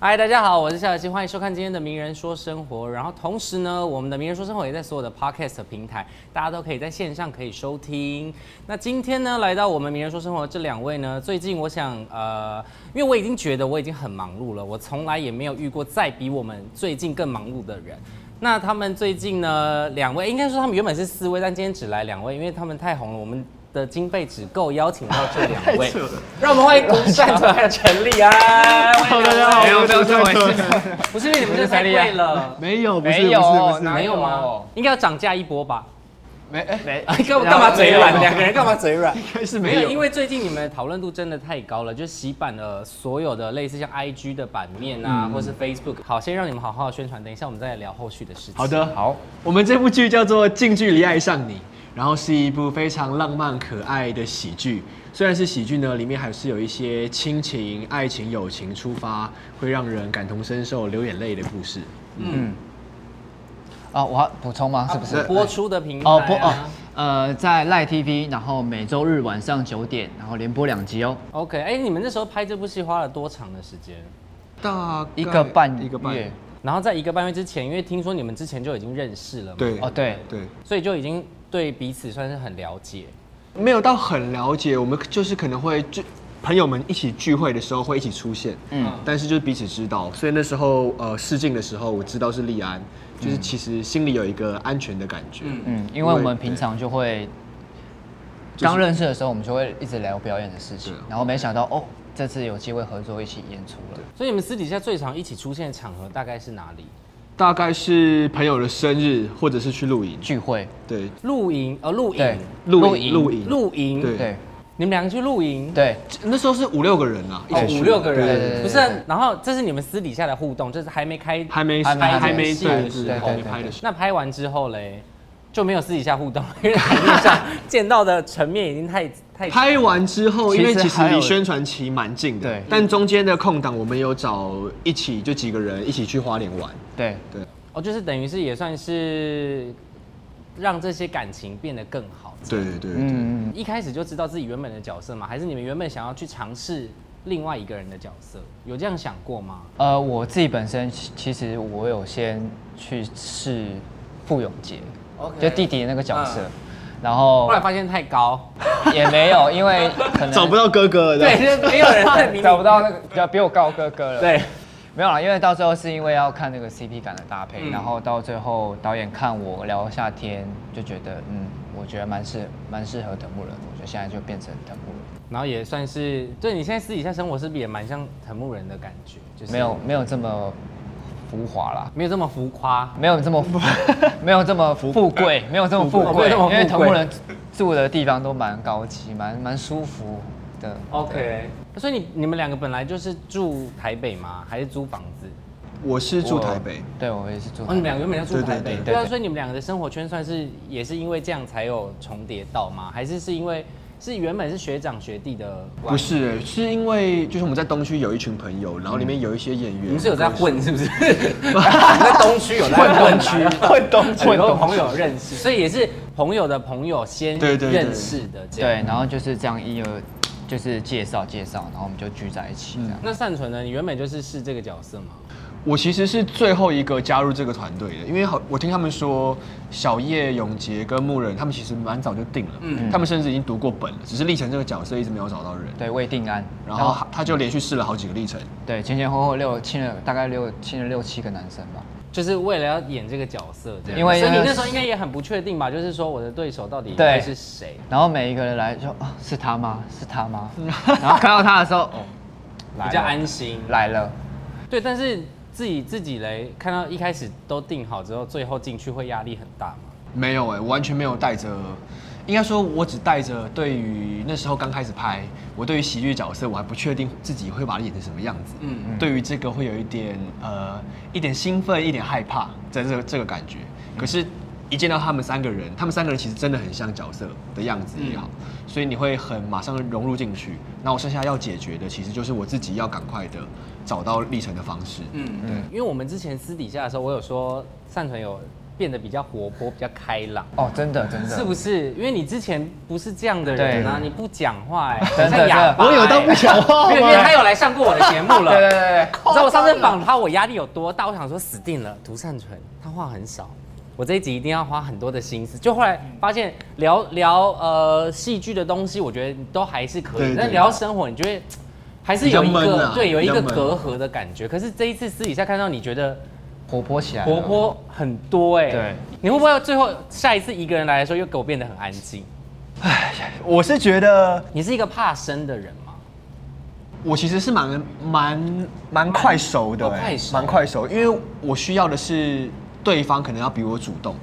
嗨，大家好，我是夏小七，欢迎收看今天的《名人说生活》。然后同时呢，我们的《名人说生活》也在所有的 podcast 平台，大家都可以在线上可以收听。那今天呢，来到我们《名人说生活》这两位呢，最近我想呃，因为我已经觉得我已经很忙碌了，我从来也没有遇过再比我们最近更忙碌的人。那他们最近呢，两位应该说他们原本是四位，但今天只来两位，因为他们太红了，我们。的经费只够邀请到这两 位，让我们欢迎独善存还有陈立安。欢迎两位没有，没有，没有，不是因为你们这太贵了，没有，不是，啊没有不是，不是，哪没有吗？应该要涨价一波吧？没，哎，没 哎，干嘛干嘛嘴软？两个人干嘛嘴软？应该是没没有，因有。为最近你们讨论度真的太高了，就洗版了所有的类似像 IG 的版面啊，或是 Facebook。好，先让你们好好的宣传，等一下我们再来聊后续的事情。好，的，好，我们这部剧叫做《近距离爱上你》，然后是一部非常浪漫可爱的喜剧。虽然是喜剧呢，里面还是有一些亲情、爱情、友情出发，会让人感同身受、流眼泪的故事。嗯，啊，我要补充吗？是不是？播出的平台哦，播哦啊。，呃，在赖 TV，然后每周日晚上九点，然后连播两集哦。 OK，哎，你们那时候拍这部戏花了多长的时间？大概一个半月一个半月，然后在一个半月之前，因为听说你们之前就已经认识了嘛，对，哦，对，对。所以就已经对彼此算是很了解。没有到很了解，我们就是可能会聚朋友们一起聚会的时候会一起出现，嗯，但是就是彼此知道，所以那时候呃试镜的时候我知道是立安，就是其实心里有一个安全的感觉，嗯，嗯，因为我们平常就会刚认识的时候，我们就会一直聊表演的事情对，然后没想到哦，这次有机会合作一起演出了。所以你们私底下最常一起出现的场合大概是哪里？大概是朋友的生日或者是去露营，聚会，对，露营，呃，露对营，露露营营露营，露营，对对，你们两个去露营，，对，那时候是五六个人啊，哦一起，去五六个对对对人，对不是啊。然后这是你们私底下的互动，就是还没开，还没还没还没还对没对对对对还没对拍的时那拍完之后嘞，就没有私底下互动，因为台面 上见到的层面已经太太候。拍完之后，因为其其实实还离有宣传期蛮近的，对但中间的空档我们有找一起就几个人一起去花莲玩，对，对，哦，就是等于是也算是让这些感情变得更好。对对对对嗯，嗯嗯一开始就知道自己原本的角色吗？还是你们原本想要去尝试另外一个人的角色？有这样想过吗？呃，我自己本身其其实我有先去试傅永杰 OK 就弟弟的那个角色啊嗯，然后后来发现太高，也没有，因为可能找不到哥哥了。 对，，就是没有人在迷你找不到那个要比我高哥哥了。对，没有啦，因为到最后是因为要看那个 CP 感的搭配，嗯然后到最后导演看我聊一下天，就觉得嗯，我觉得蛮适蛮适合藤木人，我觉得现在就变成藤木人，然后也算是，对你现在私底下生活是不是也蛮像藤木人的感觉？就是没有没有这么浮华啦。没有这么浮夸，没有这么 富，没有这么富 贵，没有这么富富贵贵，没有这么富因贵为藤木人住的地方都蛮高级，蛮蛮舒服的。 OK，所以你你们两个本来就是住台北吗？还是租房子？我是住台北，我，对我也是住哦，你台们北。两个原本要住台对对北，对对啊，对对所以你们两个的生活圈算是也是因为这样才有重叠到吗？还是是因为是原本是学长学弟的关不系？是、是因为就是我们在东区有一群朋友，然后里面有一些演员，你们是有在混是不是？你们在东区有在 混东区，混东区，很多朋友认识，所以也是朋友的朋友先对对对认识的这样。对，然后就是这样一而就是介绍介绍，然后我们就聚在一起这样。那善存呢？你原本就是是这个角色吗？我其实是最后一个加入这个团队的，因为好，我听他们说，小叶、永杰跟牧人他们其实蛮早就定了，嗯，他们甚至已经读过本了，只是历程这个角色一直没有找到人，对，未定安，嗯然后他他就连续试了好几个历程，对前前后后六亲了大概六亲了六七个男生吧。就是为了要演这个角色，这样。因为所以你那那时候应该也很不确定吧？就是说我的对手到底对会是谁？然后每一个人来就啊是他吗？是他吗？然后看到他的时候，哦，比较安心。来了，对，但是自己自己嘞，看到一开始都定好之后，最后进去会压力很大嘛？没有哎、我完全没有带着，应该说我只带着对于那时候刚开始拍，我对于喜剧角色我还不确定自己会把它演成什么样子，嗯嗯，对于这个会有一点呃一点兴奋，一点害怕，在这个这个感觉。可是，一见到他们三个人，他们三个人其实真的很像角色的样子也好，所以你会很马上融入进去。那我剩下要解决的，其实就是我自己要赶快的找到历程的方式，嗯，因为我们之前私底下的时候，我有说善存有变得比较活泼、比较开朗，哦，真的真的，是不是？因为你之前不是这样的人啊，对你不讲话、哎，真像的哑巴、我有到不讲话哎吗对？对，他有来上过我的节目了。 对对对对，你知道我上次访他，我压力有多大？我想说死定了，涂善存他话很少，我这一集一定要花很多的心思。就后来发现聊聊呃戏剧的东西，我觉得都还是可以对，对但对聊生活，你觉得嘖还是有一比较闷个啊对有一个比较闷隔阂的感觉。可是这一次私底下看到你觉得活泼起来了，活泼很多哎，对，你会不会最后下一次一个人来的时候又给我变得很安静？我是觉得你是一个怕生的人吗？我其实是蛮蛮蛮快熟的、哦快欸熟，蛮快熟，因为我需要的是对方可能要比我主动，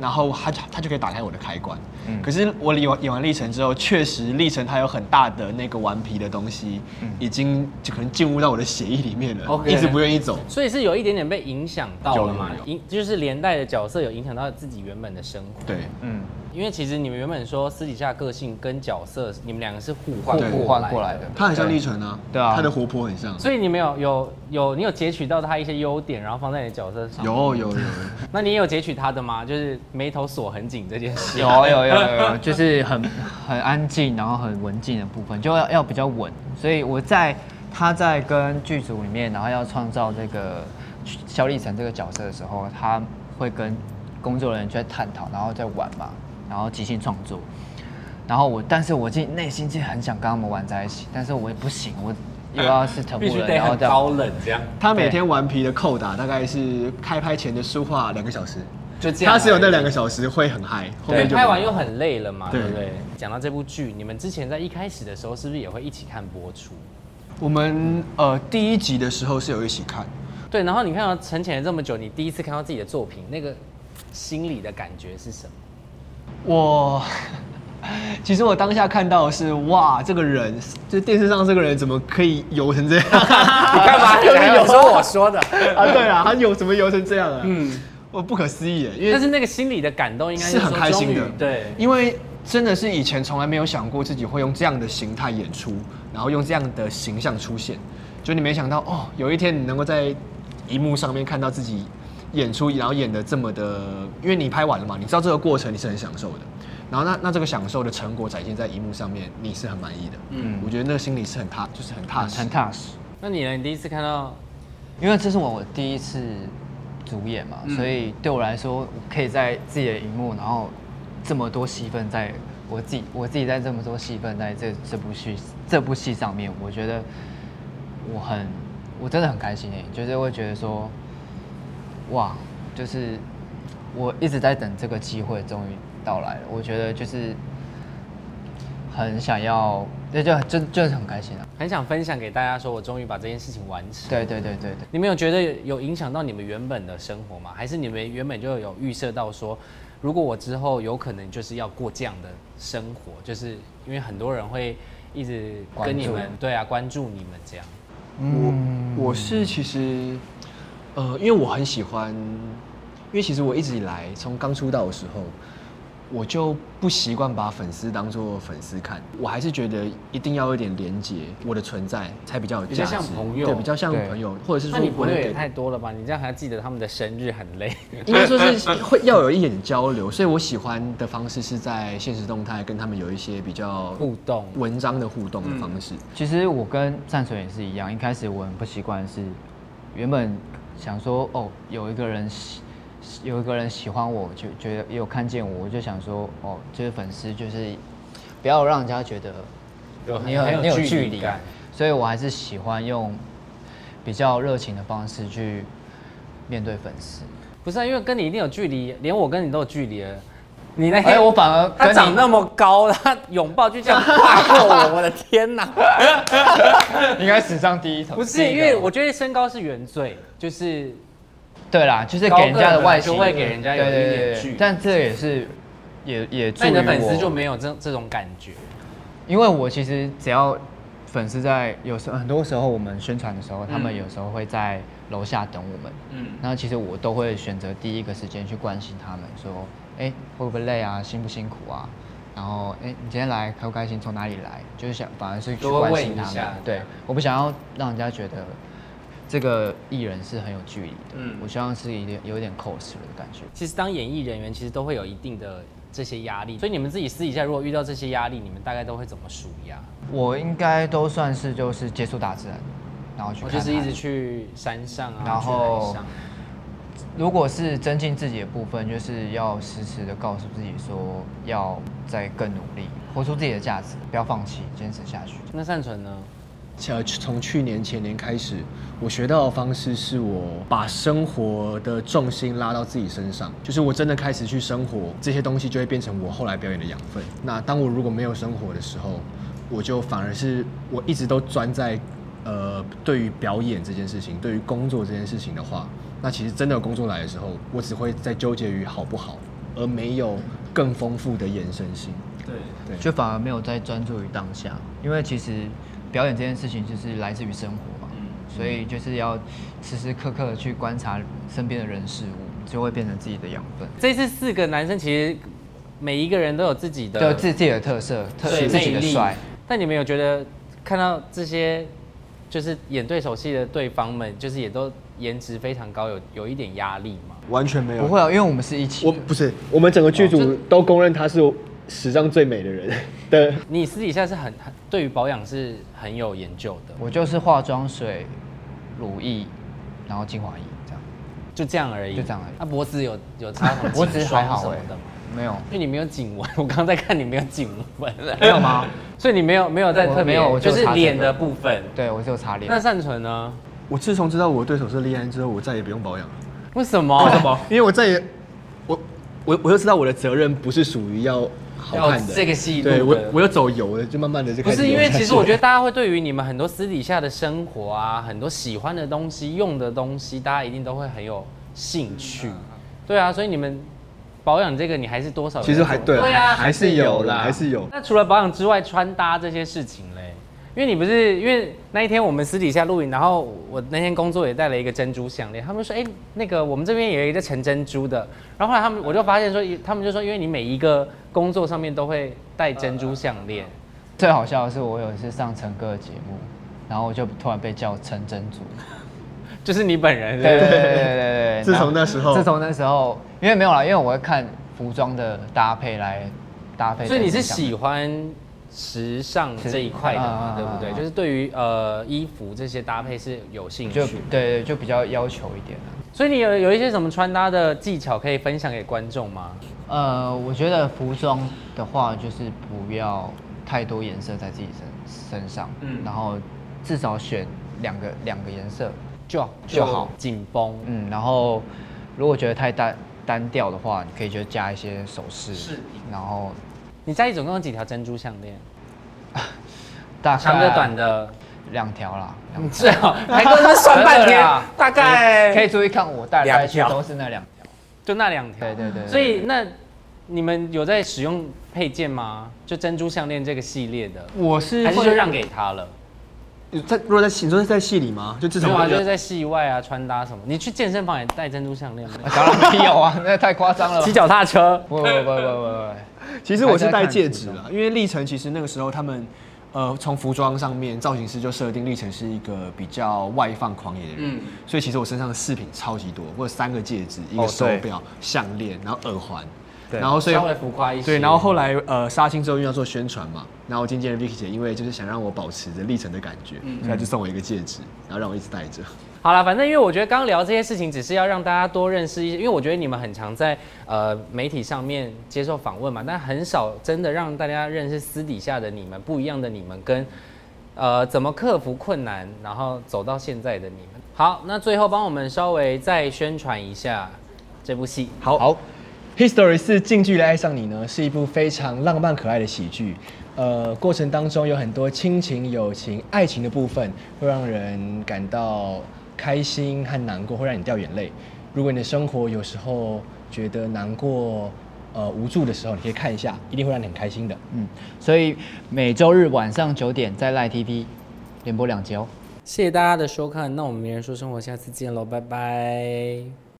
然后他他就可以打开我的开关。嗯可是我演完演完历程之后，确实历程它有很大的那个顽皮的东西，已经就可能进入到我的血液里面了嗯 OK 一直不愿意走。所以是有一点点被影响到了嘛有有，有影就是连带的角色有影响到自己原本的生活。对，嗯，因为其实你们原本说私底下个性跟角色，你们两个是互换对互过换来过来的，他很像历程啊，对啊他的活泼很像。所以你们有有有你有截取到他一些优点，然后放在你的角色上。，有有有，那你也有截取他的吗？就是眉头锁很紧这件事。有有有有有，就是很很安静，然后很文静的部分，就要要比较稳。所以我在他在跟剧组里面，然后要创造这个肖立成这个角色的时候，他会跟工作人员就在探讨，然后在玩嘛，然后即兴创作。然后我，但是我进内心其实很想跟他们玩在一起，但是我也不行，我又要是藤必木须人，得然后很再高冷这样，他每天顽皮的扣打大概是开拍前的书画两个小时，就这样。啊他只有那两个小时会很嗨，后对，面就拍完又很累了嘛，对对不对？讲到这部剧，你们之前在一开始的时候是不是也会一起看播出？我们呃第一集的时候是有一起看，对，然后你看到沉潜了这么久，你第一次看到自己的作品，那个心里的感觉是什么？我 其实我当下看到的是哇，这个人就电视上这个人怎么可以油成这样？ 你干嘛？有人有说我说的。啊，对啊，他油怎么油成这样啊？嗯，我不可思议耶，因为但是那个心里的感动应该是很说开心终于的，对，因为真的是以前从来没有想过自己会用这样的形态演出，然后用这样的形象出现，就你没想到哦，有一天你能够在荧幕上面看到自己演出，然后演的这么的，因为你拍完了嘛，你知道这个过程你是很享受的，嗯然后那那这个享受的成果展现在荧幕上面，你是很满意的，嗯，我觉得那个心里是很踏，就是很踏实很，踏实。那你呢？你第一次看到因为这是我我第一次主演嘛，所以对我来说，我可以在自己的荧幕，然后这么多戏份在我自己我自己在这么多戏份在这这部戏这部戏上面，我觉得我很我真的很开心诶，就是会觉得说，哇，就是我一直在等这个机会，终于到来了。我觉得就是很想要，那就就就是很开心啊。很想分享给大家，说我终于把这件事情完成。对对对对对，你们有觉得有影响到你们原本的生活吗？还是你们原本就有预设到说，如果我之后有可能就是要过这样的生活，就是因为很多人会一直跟你们关对啊关注你们这样。嗯我我是其实，呃，因为我很喜欢，因为其实我一直以来从刚出道的时候，我就不习惯把粉丝当做粉丝看，我还是觉得一定要有点连接，我的存在才比较有比较价值，像朋友对，比较像对朋友，或者是那说你朋我友能也给太多了吧？你这样还记得他们的生日，很累。应该说是 会要有一点交流，所以我喜欢的方式是在现实动态跟他们有一些比较互动文章的互动的方嗯式。其实我跟战水也是一样，一开始我很不习惯，是原本想说哦，有一个人喜，有一个人喜欢我，就觉得有看见我，我就想说哦，就是粉丝就是不要让人家觉得有你很有有你有距距离离感感，所以我还是喜欢用比较热情的方式去面对粉丝。不是、啊，因为跟你一定有距离，连我跟你都有距离了。你那哎、天我反而他跟你长那么高，他拥抱就这样跨过我，我的天哪！应该史上第一头， 不是，第一因个为我觉得身高是原罪，就是对啦，就是高给人家个的本外来就形会给人家有对对一点对对距离但这也是也也助那于你的粉丝我就没有这这种感觉。因为我其实只要粉丝在有时候很多时候我们宣传的时候，他们有时候会在楼下等我们，嗯嗯，那其实我都会选择第一个时间去关心他们，说，哎、会不会累啊，辛不辛苦啊，然后，哎、你今天来开不开心，从哪里来，就是想反而是去多问关心一他们下，对，我不想要让人家觉得这个艺人是很有距离的。嗯嗯，我希望是有点有点 cos 的感觉。其实当演艺人员，其实都会有一定的这些压力，所以你们自己私底下如果遇到这些压力，你们大概都会怎么舒压？我应该都算是就是接触大自然，然后去我看就是一海直去山上啊，然后去海上如果是增进自己的部分，就是要时时的告诉自己说，要再更努力，活出自己的价值，不要放弃，坚持下去。那善存呢？呃，从去年前年开始，我学到的方式是我把生活的重心拉到自己身上，就是我真的开始去生活，这些东西就会变成我后来表演的养分。那当我如果没有生活的时候，我就反而是我一直都钻在呃，对于表演这件事情，对于工作这件事情的话，那其实真的有工作来的时候，我只会在纠结于好不好，而没有更丰富的延伸性。对，对就反而没有在专注于当下，因为其实表演这件事情就是来自于生活嘛，嗯所以就是要时时刻刻的去观察身边的人事物，就会变成自己的养分，这次四个男生其实每一个人都有自己的对自己的特色，特对自己魅的力帅。但你们有觉得看到这些就是演对手戏的对方们，就是也都颜值非常高，有有一点压力吗？完全没不会啊，因为我们是一我起的，不是，我们整个剧组都公认他是史上最美的 人的。你私底下是很很对于保养是很有研究的，我就是化妆水、乳液，然后精华液这样。就这样而已，就这样而已那、脖子有有擦 什么脖子颈还霜好什哎么的吗？，没有，因为你没有颈纹， 我刚在看你没有颈纹，没有吗？所以你没有没有在我特别没有我就就是擦这脸个的部分。对我只有擦脸那。善存呢？我自从知道我的对手是利安之后，我再也不用保养了。为什么？为什么？ 因为我再也，我我我又知道我的责任不是属于要好看的哦要这个戏路的对我我又走油了，就慢慢的就不开始是因为，其实流我下去觉得大家会对于你们很多私底下的生活啊，很多喜欢的东西、用的东西，大家一定都会很有兴趣。对啊，所以你们保养这个，你还是多少有其实还对，对啊，还是有啦，还是有。那除了保养之外，穿搭这些事情嘞，因为你不是因为那一天我们私底下录影，然后我那天工作也带了一个珍珠项链，他们说，哎、那个我们这边有一个陈珍珠的，然后后来他们我就发现说，他们就说，因为你每一个工作上面都会戴珍珠项链，最好笑的是，我有一次上陈哥的节目，然后我就突然被叫陈真 主。就是你本人对对对对对对。 自从那时候 自从那时候，因为没有啦，因为我会看服装的搭配来搭配。所以你是喜欢时尚这一块的嘛，是对不啊啊对？啊啊就是对于呃衣服这些搭配是有兴就趣对，对，就比较要求一点啊啦所以你有有一些什么穿搭的技巧可以分享给观众吗？呃，我觉得服装的话，就是不要太多颜色在自己身身上，嗯然后至少选两个两个颜色，就就好紧绷，嗯，然后如果觉得太单单调的话，你可以就加一些首饰，饰品然后你家里总共有几条珍珠项链？大概长的、短的， 两条啦，你最好还跟他们算半真的天啦，大概可以注意看我带两来去条都是那两条， 就那两条。对对对对所以那你们有在使用配件吗？就珍珠项链这个系列的，我是还是就让给他了？在如果在戏你说是在戏里吗？就自没从有啊，就是在戏外啊，穿搭什么。你去健身房也戴珍珠项链吗？啊当然没有啊，那太夸张了 吧骑。脚踏车，不不不不不其实我是戴戒指啊了，因为历程其实那个时候他们，呃，从服装上面，造型师就设定历程是一个比较外放狂野的人，嗯所以其实我身上的饰品超级多，我有三个戒指，一哦个对手表、项链，然后耳环，对然后所以稍微浮夸一些对，然后后来呃杀青之后因为要做宣传嘛，然后经纪人 Vicky 姐因为就是想让我保持着历程的感觉，嗯所以她就送我一个戒指，然后让我一直戴着。好了，反正因为我觉得刚聊这些事情，只是要让大家多认识一些，因为我觉得你们很常在呃媒体上面接受访问嘛，但很少真的让大家认识私底下的你们，不一样的你们跟呃怎么克服困难，然后走到现在的你们。好，那最后帮我们稍微再宣传一下这部戏。好。History 是近距离爱上你呢，是一部非常浪漫可爱的喜剧。呃，过程当中有很多亲情、友情、爱情的部分，会让人感到开心和难过，会让你掉眼泪。如果你的生活有时候觉得难过、呃无助的时候，你可以看一下，一定会让你很开心的。嗯，所以每周日晚上九点在赖 TV 连播两集哦。谢谢大家的收看，那我们名人说生活下次见喽，拜拜。